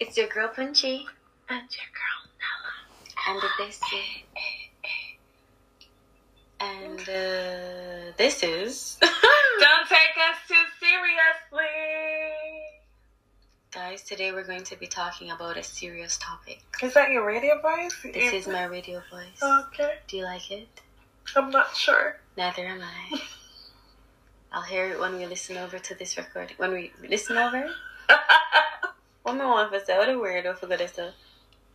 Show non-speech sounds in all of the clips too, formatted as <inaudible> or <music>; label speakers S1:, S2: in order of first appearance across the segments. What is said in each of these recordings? S1: It's your girl Punchy.
S2: And your girl
S1: And this is. And uh, this <laughs> is.
S2: Don't take us too seriously.
S1: Guys, today we're going to be talking about a serious topic.
S2: Is that your radio voice?
S1: This is my radio voice.
S2: Okay,
S1: Do you like it?
S2: I'm not
S1: <laughs>
S2: sure.
S1: Neither am <laughs> I. I'll hear it when we listen over to this recording. When we listen over? One more one for say, what a weirdo oh, for good as a-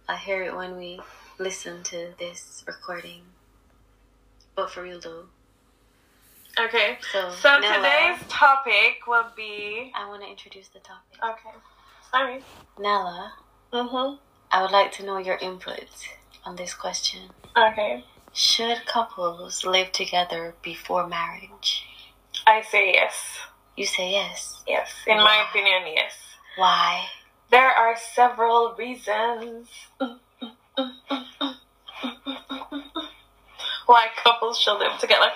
S1: I'll hear it when we listen to this recording. But for real though.
S2: okay,
S1: So, uh,
S2: so
S1: Nella,
S2: today's topic will be.
S1: I want to introduce the topic.
S2: Okay, sorry.
S1: Nella,
S2: Mhm.
S1: I would like to know your input on this question.
S2: Okay,
S1: Should couples live together before marriage?
S2: I say yes.
S1: You say yes.
S2: Yes, in my
S1: Wow.
S2: opinion, yes.
S1: Why?
S2: There are several reasons why couples should live together.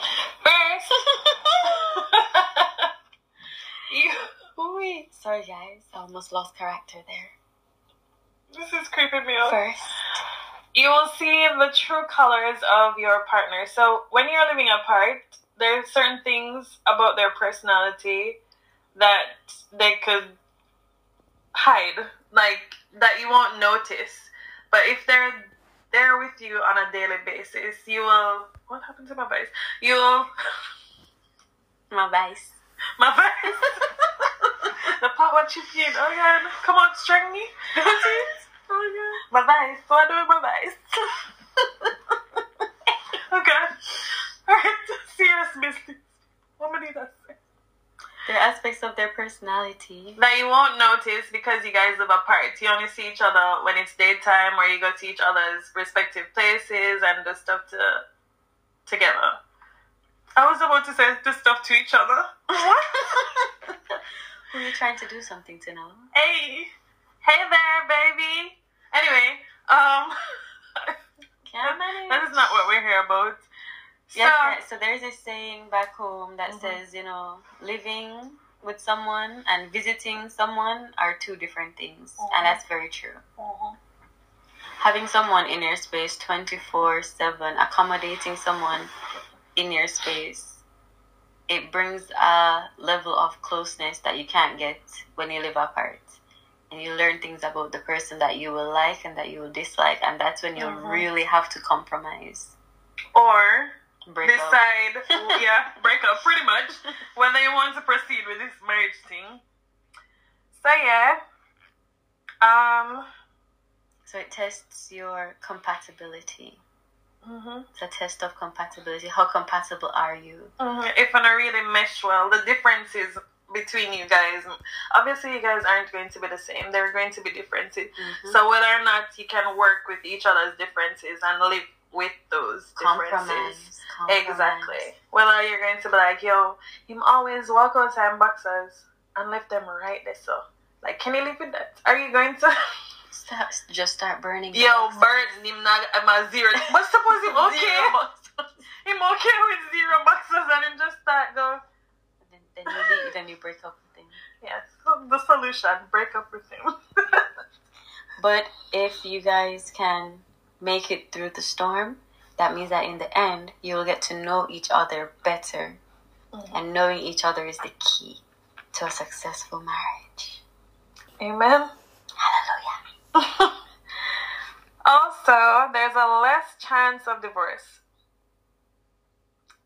S2: First, <laughs> you.
S1: Oh, Wait. Sorry, guys. I almost lost character there.
S2: This is creeping me out.
S1: First,
S2: You will see the true colors of your partner. So when you're living apart, there are certain things about their personality that they could hide, like that you won't notice. But if they're there with you on a daily basis, you will. What happened to my voice? You will.
S1: <laughs> my <laughs> vice.
S2: My voice. <laughs> the part what you feel. Oh god! Come on, string me.
S1: Oh
S2: My vice. What do I do with my vice? <laughs> Okay. Alright, serious business. What did I say?
S1: There are aspects of their personality.
S2: That you won't notice because you guys live apart. You only see each other when it's daytime or you go to each other's respective places and do stuff to together. I was about to say do stuff to each other.
S1: Who are you trying to do something to know?
S2: <laughs> hey. Hey there, baby. Anyway, um
S1: Can't
S2: that
S1: manage.
S2: is not what we're here about. So
S1: Yeah, so there's a saying back home that
S2: Mhm.
S1: says, you know, living with someone and visiting someone are two different things.
S2: Mhm.
S1: And that's very true. Having someone in your space 24 7, accommodating someone in your space, it brings a level of closeness that you can't get when you live apart. And you learn things about the person that you will like and that you will dislike. And that's when you
S2: Mhm.
S1: really have to compromise.
S2: or
S1: Break up.
S2: decide, yeah, break up pretty much, whether you want to proceed with this marriage thing. So yeah, um,
S1: So it tests your compatibility.
S2: mhm,
S1: It's a test of compatibility. How compatible are you?
S2: mhm, if I really mesh well, the differences between you guys, obviously you guys aren't going to be the same. There are going to be differences.
S1: Mm-hmm.
S2: So whether or not you can work with each other's differences and live with those differences.
S1: compromise, compromise.
S2: Exactly. Whether you're going to be like, yo, him always walk outside in boxers and left them right there. So, like, can you live with that? Are you going to,
S1: Start, just start
S2: <laughs>
S1: burning.
S2: yo,
S1: boxes.
S2: burn him not I'm a zero? <laughs> But suppose him
S1: Zero
S2: okay,
S1: boxes.
S2: him okay with zero boxers and him just start go,
S1: Then, then you leave, then you break up with him.
S2: yes, the solution, break up with him. <laughs>
S1: But if you guys can make it through the storm, that means that in the end you will get to know each other better,
S2: Mhm.
S1: and knowing each other is the key to a successful marriage.
S2: Amen.
S1: Hallelujah.
S2: <laughs> Also, there's a less chance of divorce.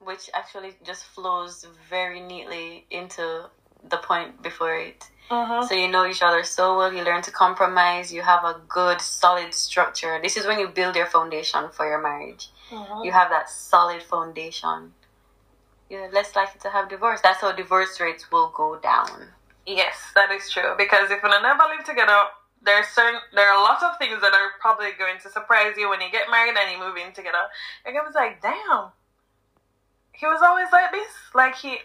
S1: which actually just flows very neatly into the point before it.
S2: Mm-hmm.
S1: So you know each other so well, you learn to compromise, you have a good solid structure. This is when you build your foundation for your marriage.
S2: Mm-hmm.
S1: You have that solid foundation. You're less likely to have divorce. That's how divorce rates will go down.
S2: Yes, that is true. Because if you never live together, there are certain there are a lot of things that are probably going to surprise you when you get married and you move in together. You're gonna be like, damn, he was always like this. Like he,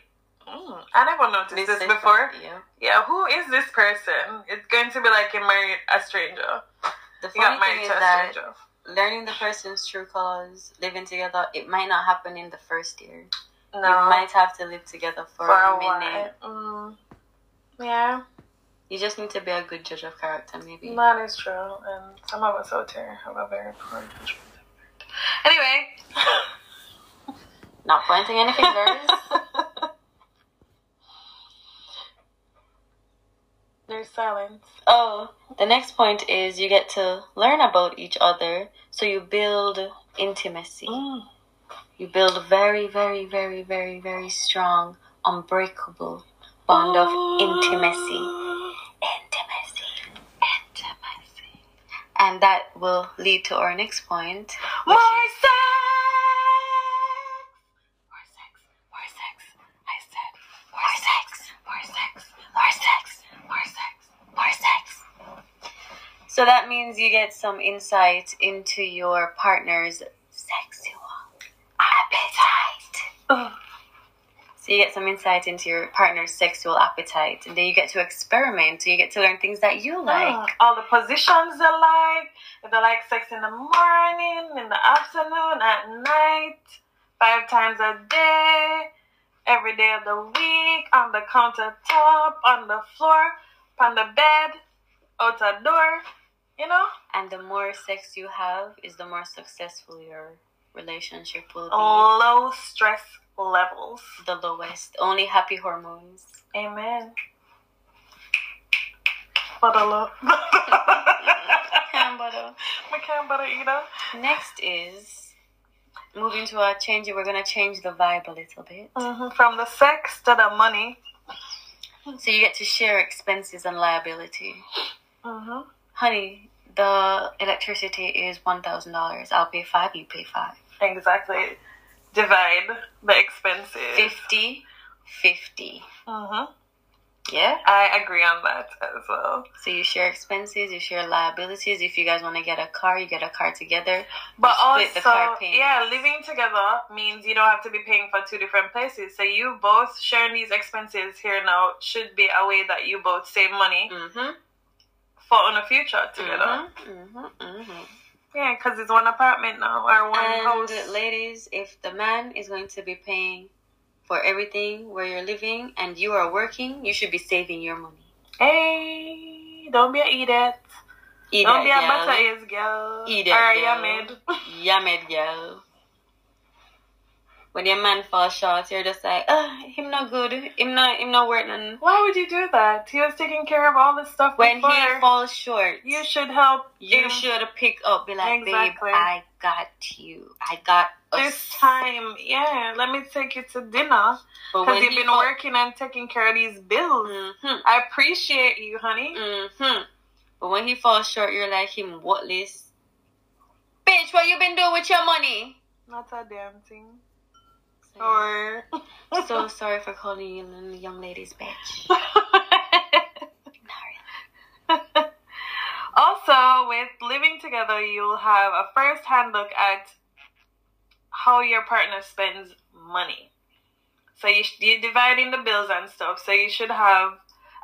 S2: mm, I never noticed this,
S1: is-
S2: before.
S1: yeah.
S2: Yeah, who is this person? It's going to be like you married a stranger.
S1: The
S2: You got
S1: funny
S2: married
S1: thing is
S2: to a
S1: that
S2: stranger.
S1: learning the person's true colors, living together, it might not happen in the first year.
S2: No,
S1: You might have to live together for,
S2: for a
S1: a minute.
S2: while. Mm, yeah,
S1: You just need to be a good judge of character, maybe.
S2: That is true, and some of us out there have a very poor judgment. Anyway,
S1: Not pointing any
S2: <laughs>
S1: fingers.
S2: there's
S1: <gasps>
S2: silence.
S1: <laughs> oh, the next point is you get to learn about each other, so you build intimacy.
S2: Mm.
S1: You build very, very, very, very, very strong, unbreakable bond of
S2: Oh.
S1: intimacy. Intimacy. Intimacy. And that will lead to our next point.
S2: More
S1: More
S2: sex.
S1: More sex, more sex. I said, more sex, more sex, more sex, more sex, more sex. So that means you get some insight into your partner's sexual appetite. So you get some insight into your partner's sexual appetite, and then you get to experiment. So you get to learn things that you like.
S2: all the positions they like. If they like sex in the morning, in the afternoon, at night, five times a day, every day of the week, on the countertop, on the floor, on the bed, out the door. You know?
S1: And the more sex you have, is the more successful your relationship will be.
S2: Low stress levels.
S1: The lowest, only happy hormones.
S2: Amen. Butter love.
S1: Clam butter.
S2: <laughs> We can't butter either.
S1: Next is moving to our change. We're gonna change the vibe a little bit.
S2: hmm From the sex to the money.
S1: So you get to share expenses and liability.
S2: hmm
S1: Honey, the electricity is one thousand dollars. I'll pay five. You pay five.
S2: Exactly. Divide the expenses.
S1: Fifty. Fifty. Uh-huh.
S2: Mm-hmm.
S1: Yeah.
S2: I agree on that as well.
S1: So you share expenses, you share liabilities. If you guys want to get a car, you get a car together.
S2: But
S1: split the car
S2: also,
S1: payments.
S2: yeah, living together means you don't have to be paying for two different places. So you both sharing these expenses here now should be a way that you both save money
S1: Mm-hmm.
S2: for on the future together.
S1: Mm-hmm. Mm-hmm.
S2: Yeah, because it's one apartment now or one
S1: And
S2: house.
S1: ladies, if the man is going to be paying for everything where you're living and you are working, you should be saving your money.
S2: hey, don't be a eat it.
S1: Eat
S2: Don't
S1: that,
S2: be a
S1: girl.
S2: butter is girl.
S1: Eat it,
S2: Or
S1: girl.
S2: you made.
S1: Yum it, girl. When your man falls short, you're just like, ah, him not good. Him not, him not worth nothing.
S2: Why would you do that? He was taking care of all this stuff
S1: When
S2: before.
S1: he falls short,
S2: you should help.
S1: you
S2: him.
S1: should pick up, be like,
S2: Exactly.
S1: babe, I got you. I got
S2: This
S1: us.
S2: time, yeah, let me take you to dinner
S1: But
S2: because
S1: when
S2: you've
S1: he
S2: been
S1: fall-
S2: working and taking care of these bills.
S1: Mhm.
S2: I appreciate you, honey.
S1: hmm But when he falls short, you're like him worthless. Bitch, what you been doing with your money?
S2: Not a damn thing.
S1: So,
S2: <laughs> Or
S1: so sorry for calling you a young ladies bitch.
S2: <laughs> also, with living together, you'll have a first hand look at how your partner spends money. So you, sh- you're dividing the bills and stuff. So you should have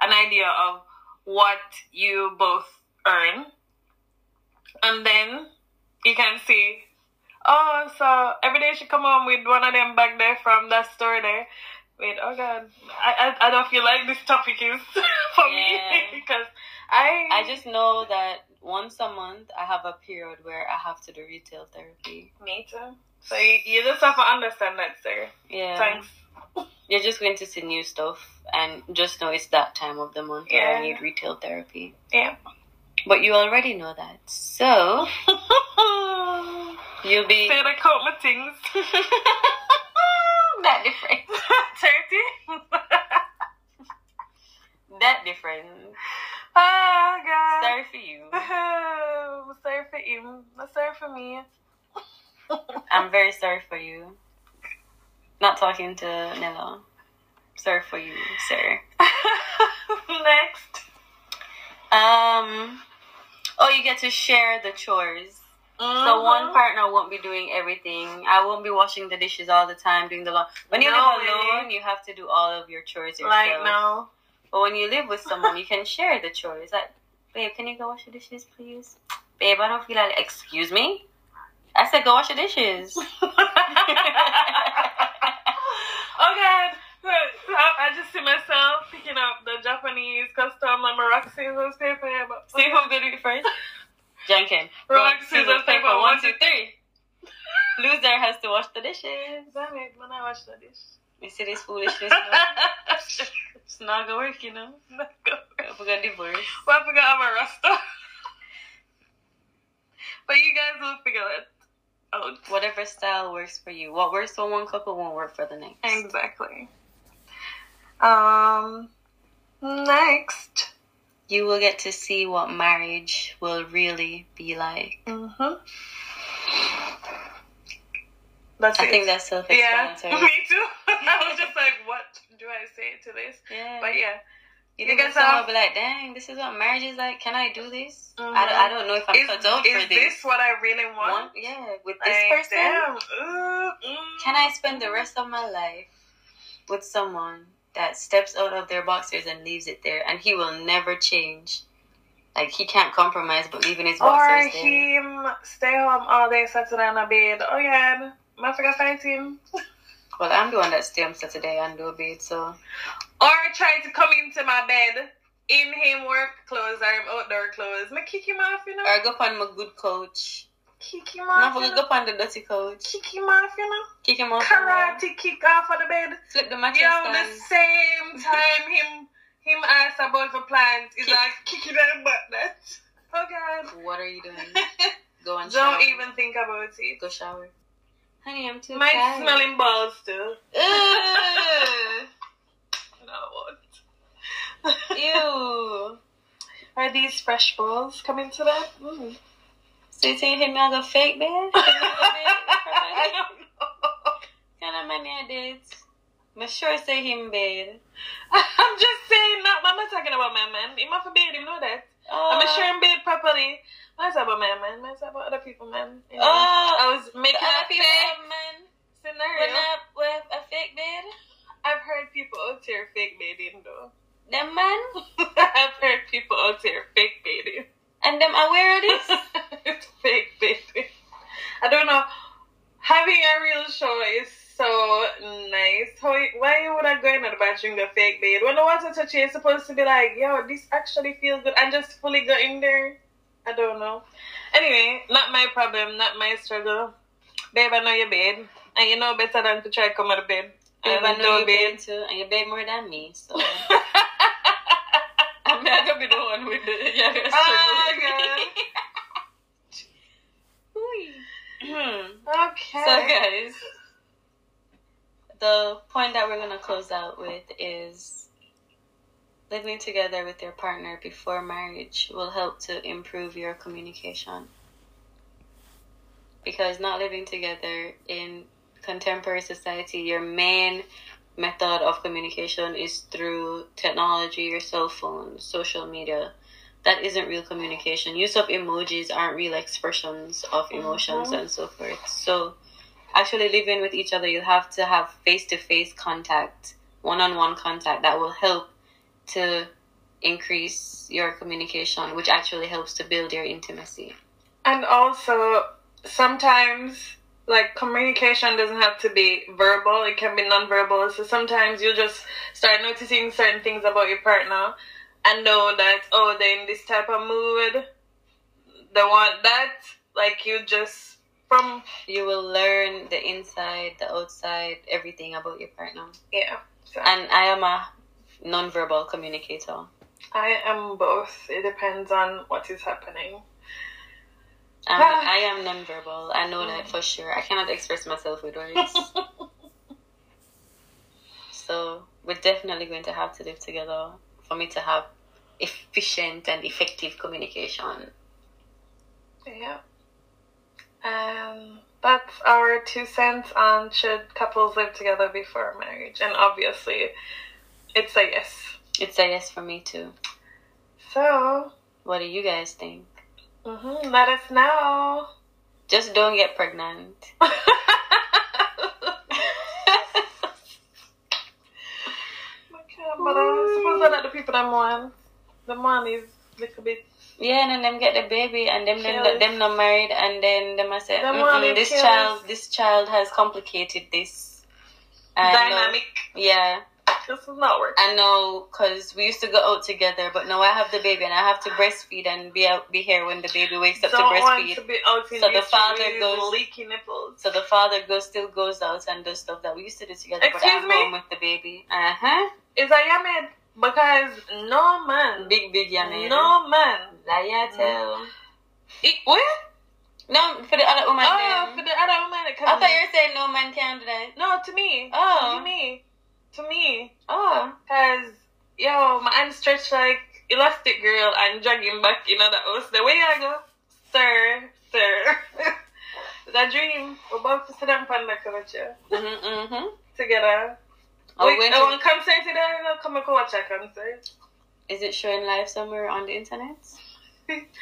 S2: an idea of what you both earn, and then you can see. Oh, so every day she come home with one of them back there from that store there. Wait, oh god, I I, I don't feel like this topic is <laughs> for
S1: Yeah.
S2: me <laughs> because I
S1: I just know that once a month I have a period where I have to do retail therapy.
S2: Me too. So you, you just have to understand that, sir.
S1: Yeah.
S2: Thanks. <laughs>
S1: You're just going to see new stuff and just know it's that time of the month where I
S2: Yeah.
S1: need retail therapy.
S2: Yeah.
S1: But you already know that. So you'll be
S2: Said I caught my things. <laughs>
S1: <laughs> that different.
S2: Thirty.
S1: That different.
S2: oh God.
S1: Sorry for you.
S2: I'm sorry for him. I'm sorry for me. <laughs>
S1: I'm very sorry for you. Not talking to Nella. Sorry for you, sir.
S2: Next.
S1: Um. Oh, you get to share the chores.
S2: Uh-huh.
S1: So one partner won't be doing everything. I won't be washing the dishes all the time, doing the laundry. When you
S2: No
S1: live
S2: way.
S1: alone, you have to do all of your chores yourself.
S2: Like no. <laughs>
S1: But when you live with someone, you can share the chores. Like, babe, can you go wash the dishes, please? Babe, I don't feel like. Excuse me. I said go wash the dishes.
S2: oh God. I, I just see myself picking up the Japanese custom, like my rock, scissors, paper. But
S1: See who did it <laughs> first? Jenkin.
S2: Rock,
S1: Rock,
S2: scissors, paper, one,
S1: One,
S2: two,
S1: two, three. Loser has to wash the dishes.
S2: damn it, when I watch the dish.
S1: You see this
S2: <laughs>
S1: foolishness? no? it's not gonna work, you know. We're gonna divorce.
S2: well, I forgot I'm a rasta. <laughs> but you guys will figure that out.
S1: Whatever style works for you. What works for one couple won't work for the next.
S2: Exactly. Um, next.
S1: You will get to see what marriage will really be like.
S2: Mm-hmm. That's
S1: I
S2: it.
S1: think that's
S2: yeah, <laughs>
S1: self-explanatory.
S2: me too. I was just like, what do I say to this?
S1: Yeah.
S2: But yeah,
S1: you
S2: you
S1: think
S2: guys
S1: someone
S2: have-
S1: will be like, dang, this is what marriage is like. Can I do this?
S2: Mhm.
S1: I, don't, I don't know if I'm
S2: is,
S1: cut out
S2: is
S1: for this.
S2: this what I really want?
S1: One- yeah, with this
S2: Like,
S1: person.
S2: damn, ooh, mm.
S1: Can I spend the rest of my life with someone that steps out of their boxers and leaves it there, and he will never change? Like he can't compromise, but leaving his
S2: Or
S1: boxers there.
S2: him stay home all day, Saturday on a bed. Oh yeah, I forgot fight him.
S1: Well, I'm the one that stay on Saturday and do a bit, so
S2: Or try to come into my bed in him work clothes or him outdoor clothes. Me kick him off, you know.
S1: or go on my good coach.
S2: kick him
S1: Not
S2: off. You
S1: go
S2: know?
S1: on the dirty coach.
S2: Kick him off, you know.
S1: Kick him off. the wall.
S2: Karate kick off of the bed.
S1: Flip the mattress.
S2: Yo, the
S1: and- <laughs>
S2: same time him him ask about the plant is
S1: Kick.
S2: like kicking her butt. That oh god.
S1: What
S2: <laughs>
S1: are you doing? Go and shower.
S2: Don't even think about it.
S1: go shower. Honey, I'm too
S2: Might
S1: tired.
S2: smell him balls
S1: <laughs>
S2: too. <laughs>
S1: Ugh.
S2: No. what?
S1: Ew.
S2: Are these fresh balls coming to that? <laughs> Mm.
S1: So you saying you hit me on the fake bed?
S2: <laughs> I
S1: <laughs> Kind
S2: don't know. <laughs>
S1: of money I did. My sure say him bed.
S2: I'm just saying that. but I'm not talking about my man. He must be him know that.
S1: Oh,
S2: I'm sure him bed properly. I'm not talking about my man. I'm talking about other people, man. You know,
S1: Oh,
S2: I was
S1: the
S2: making
S1: other
S2: up
S1: people
S2: fake
S1: have man went
S2: scenario.
S1: up with a fake bed.
S2: I've heard people out here fake dating though. <laughs>
S1: Them man
S2: I've heard people out here fake dating.
S1: and them aware of <laughs> this.
S2: it's fake dating. <laughs> I don't know. Having a real show is so nice. How, why you would I go in the bathroom go fake date? When the water touch you, you're supposed to be like, yo, this actually feels good. And just fully go in there. I don't know. Anyway, not my problem, not my struggle. Babe, I know your bed. And you know better than to try to come out of bed.
S1: Babe, I
S2: And
S1: know
S2: no
S1: you
S2: bed.
S1: bed too, and you bed more than me. So <laughs> I'm not gonna be the one with the yeah. Ah, <laughs>
S2: Oh,
S1: God.
S2: <laughs> Okay.
S1: So, guys, the point that we're going to close out with is living together with your partner before marriage will help to improve your communication. Because not living together in contemporary society, your main method of communication is through technology, your cell phone, social media. That isn't real communication. Use of emojis aren't real expressions of emotions
S2: Mhm.
S1: and so forth. So, actually living with each other, you have to have face to face contact, one on one contact that will help to increase your communication, which actually helps to build your intimacy.
S2: And also, sometimes, like, communication doesn't have to be verbal, it can be nonverbal. So sometimes you just start noticing certain things about your partner and know that, oh, they're in this type of mood, they want that. Like, you just, from,
S1: You will learn the inside, the outside, everything about your partner.
S2: yeah. So
S1: And I am a nonverbal communicator.
S2: I am both. It depends on what is happening.
S1: I'm,
S2: Ah.
S1: I am nonverbal. I know that for sure. I cannot express myself with words. so we're definitely going to have to live together for me to have efficient and effective communication.
S2: Yeah. Um, that's our two cents on should couples live together before marriage, and obviously, it's a yes.
S1: It's a yes for me too.
S2: So,
S1: What do you guys think?
S2: mhm, let us know. <laughs>
S1: Just don't get pregnant.
S2: Okay, but I suppose that the people that want the money is little bit.
S1: yeah, and then them get the baby, and them them not, them not married, and then them I say,
S2: Them
S1: "Mm-mm,
S2: wanna
S1: this
S2: kill
S1: child
S2: us."
S1: this child has complicated this And, uh,
S2: Dynamic.
S1: Yeah,
S2: This is not working.
S1: I know because we used to go out together, but now I have the baby and I have to breastfeed and be out, be here when the baby wakes up
S2: Don't
S1: to
S2: want
S1: breastfeed.
S2: to be out in
S1: So the
S2: these
S1: father
S2: trees
S1: goes-
S2: with leaky nipples.
S1: So the father goes still goes out and does stuff that we used to do together, but
S2: Excuse
S1: I'm
S2: me?
S1: home with the baby. Uh huh.
S2: Is I am it because no man,
S1: Big big yummy.
S2: no man.
S1: liar tell.
S2: It, what?
S1: No, for the other woman.
S2: Oh,
S1: then.
S2: for the other woman.
S1: I thought you were saying no man can do that.
S2: No, to me.
S1: Oh.
S2: to me, to me.
S1: Oh,
S2: Cause yo, my hand stretched like elastic girl and dragging back in the house. The way I go, sir, sir. <laughs> the dream. We're about to sit down and the culture
S1: mm-hmm. mm-hmm.
S2: together.
S1: Oh,
S2: Wait,
S1: when
S2: no one concert today. No, come and go watch a concert.
S1: is it showing live somewhere on the <laughs> internet?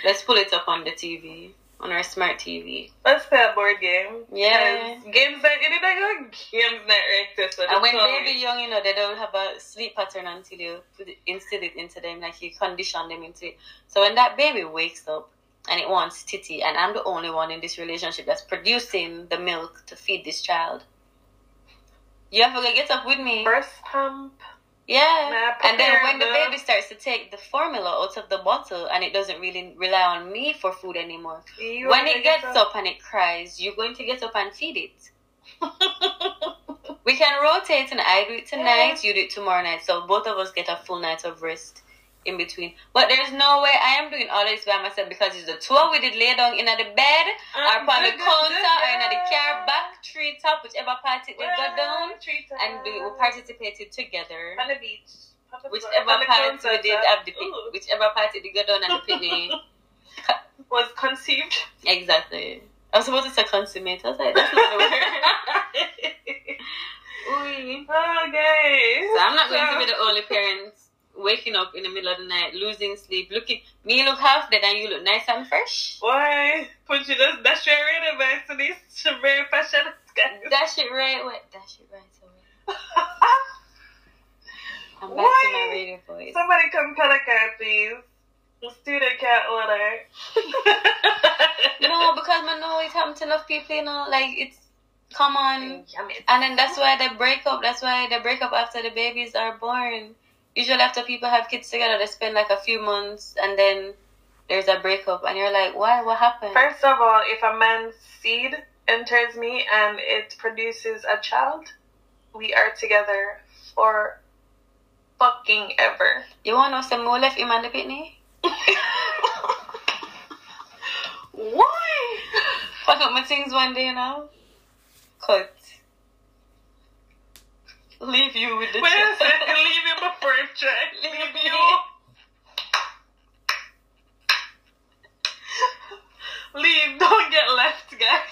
S1: Let's pull it up on the TV, on our smart TV.
S2: Let's play a board game.
S1: Yeah.
S2: 'Cause Games night, it ain't go games night right there. So
S1: And when
S2: that's all
S1: baby young, you know, they don't have a sleep pattern until you put it, instill it into them, like you condition them into it. So when that baby wakes up and it wants titty, and I'm the only one in this relationship that's producing the milk to feed this child, you have to get up with me.
S2: we- Breast pump.
S1: Yeah.
S2: Nah,
S1: And then
S2: prepare
S1: when the
S2: the-
S1: baby starts to take the formula out of the bottle and it doesn't really rely on me for food anymore,
S2: You
S1: when
S2: wanna
S1: it
S2: get
S1: gets up and it cries, you're going to get up and feed it. <laughs> We can rotate and I do it tonight, you do it tomorrow night. So both of us get a full night of rest in between. But there's no way I am doing all this by myself because it's the two of we did lay down in the bed
S2: Um, <laughs>
S1: or upon the counter or in the car back tree top, whichever part it we got down and we, we participated together.
S2: on the beach. On the- on
S1: Whichever
S2: the
S1: part we
S2: counter,
S1: did
S2: sir.
S1: have the pic-
S2: Ooh,
S1: whichever part it we got down and the picnic.
S2: <laughs> was conceived.
S1: Exactly. I was supposed to say consummate. I was like, <laughs> that's not
S2: <laughs>
S1: the word.
S2: okay. <laughs>
S1: Ooh. So I'm not going to be the only parent waking up in the middle of the night, losing sleep, looking. Me look half dead and you look nice and fresh.
S2: Why? Put you just dash your radio back to these very fashion guys.
S1: Dash it right away. Dash it right away. I'm back to my
S2: Why?
S1: radio voice.
S2: Somebody come cut a car, please. The student can't order.
S1: <laughs>
S2: <laughs>
S1: No, because I know it happened to enough people, you know. Like, it's. Come on.
S2: Yum it.
S1: And then that's why they break up. That's why they break up after the babies are born. Usually, after people have kids together, they spend like a few months and then there's a breakup, and you're like, why? What happened?
S2: First of all, if a man's seed enters me and it produces a child, we are together for fucking ever.
S1: You want to know some more left in the pitney?
S2: <laughs> Why?
S1: <laughs> Fuck up my things one day, you know? Cut. Leave you with the
S2: Wait a second,
S1: <laughs>
S2: leave him before I try. <laughs> Leave you. Leave, don't get left, guys.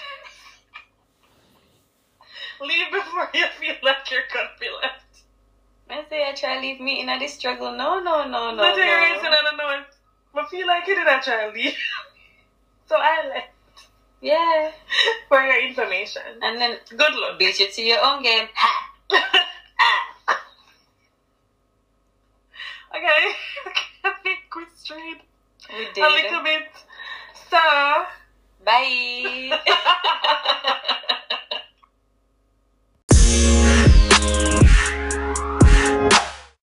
S2: Leave before you feel like you're gonna be left.
S1: I say I try leave me in this struggle. No, no, no, no.
S2: No, but there is
S1: no.
S2: another noise. But feel like you didn't try to leave. <laughs> so I left.
S1: Yeah.
S2: For your information.
S1: And then
S2: Good <laughs> luck.
S1: beat you to your own game. Ha!
S2: okay. I think we strayed
S1: We did.
S2: a little bit. So. <laughs>
S1: Bye. <laughs>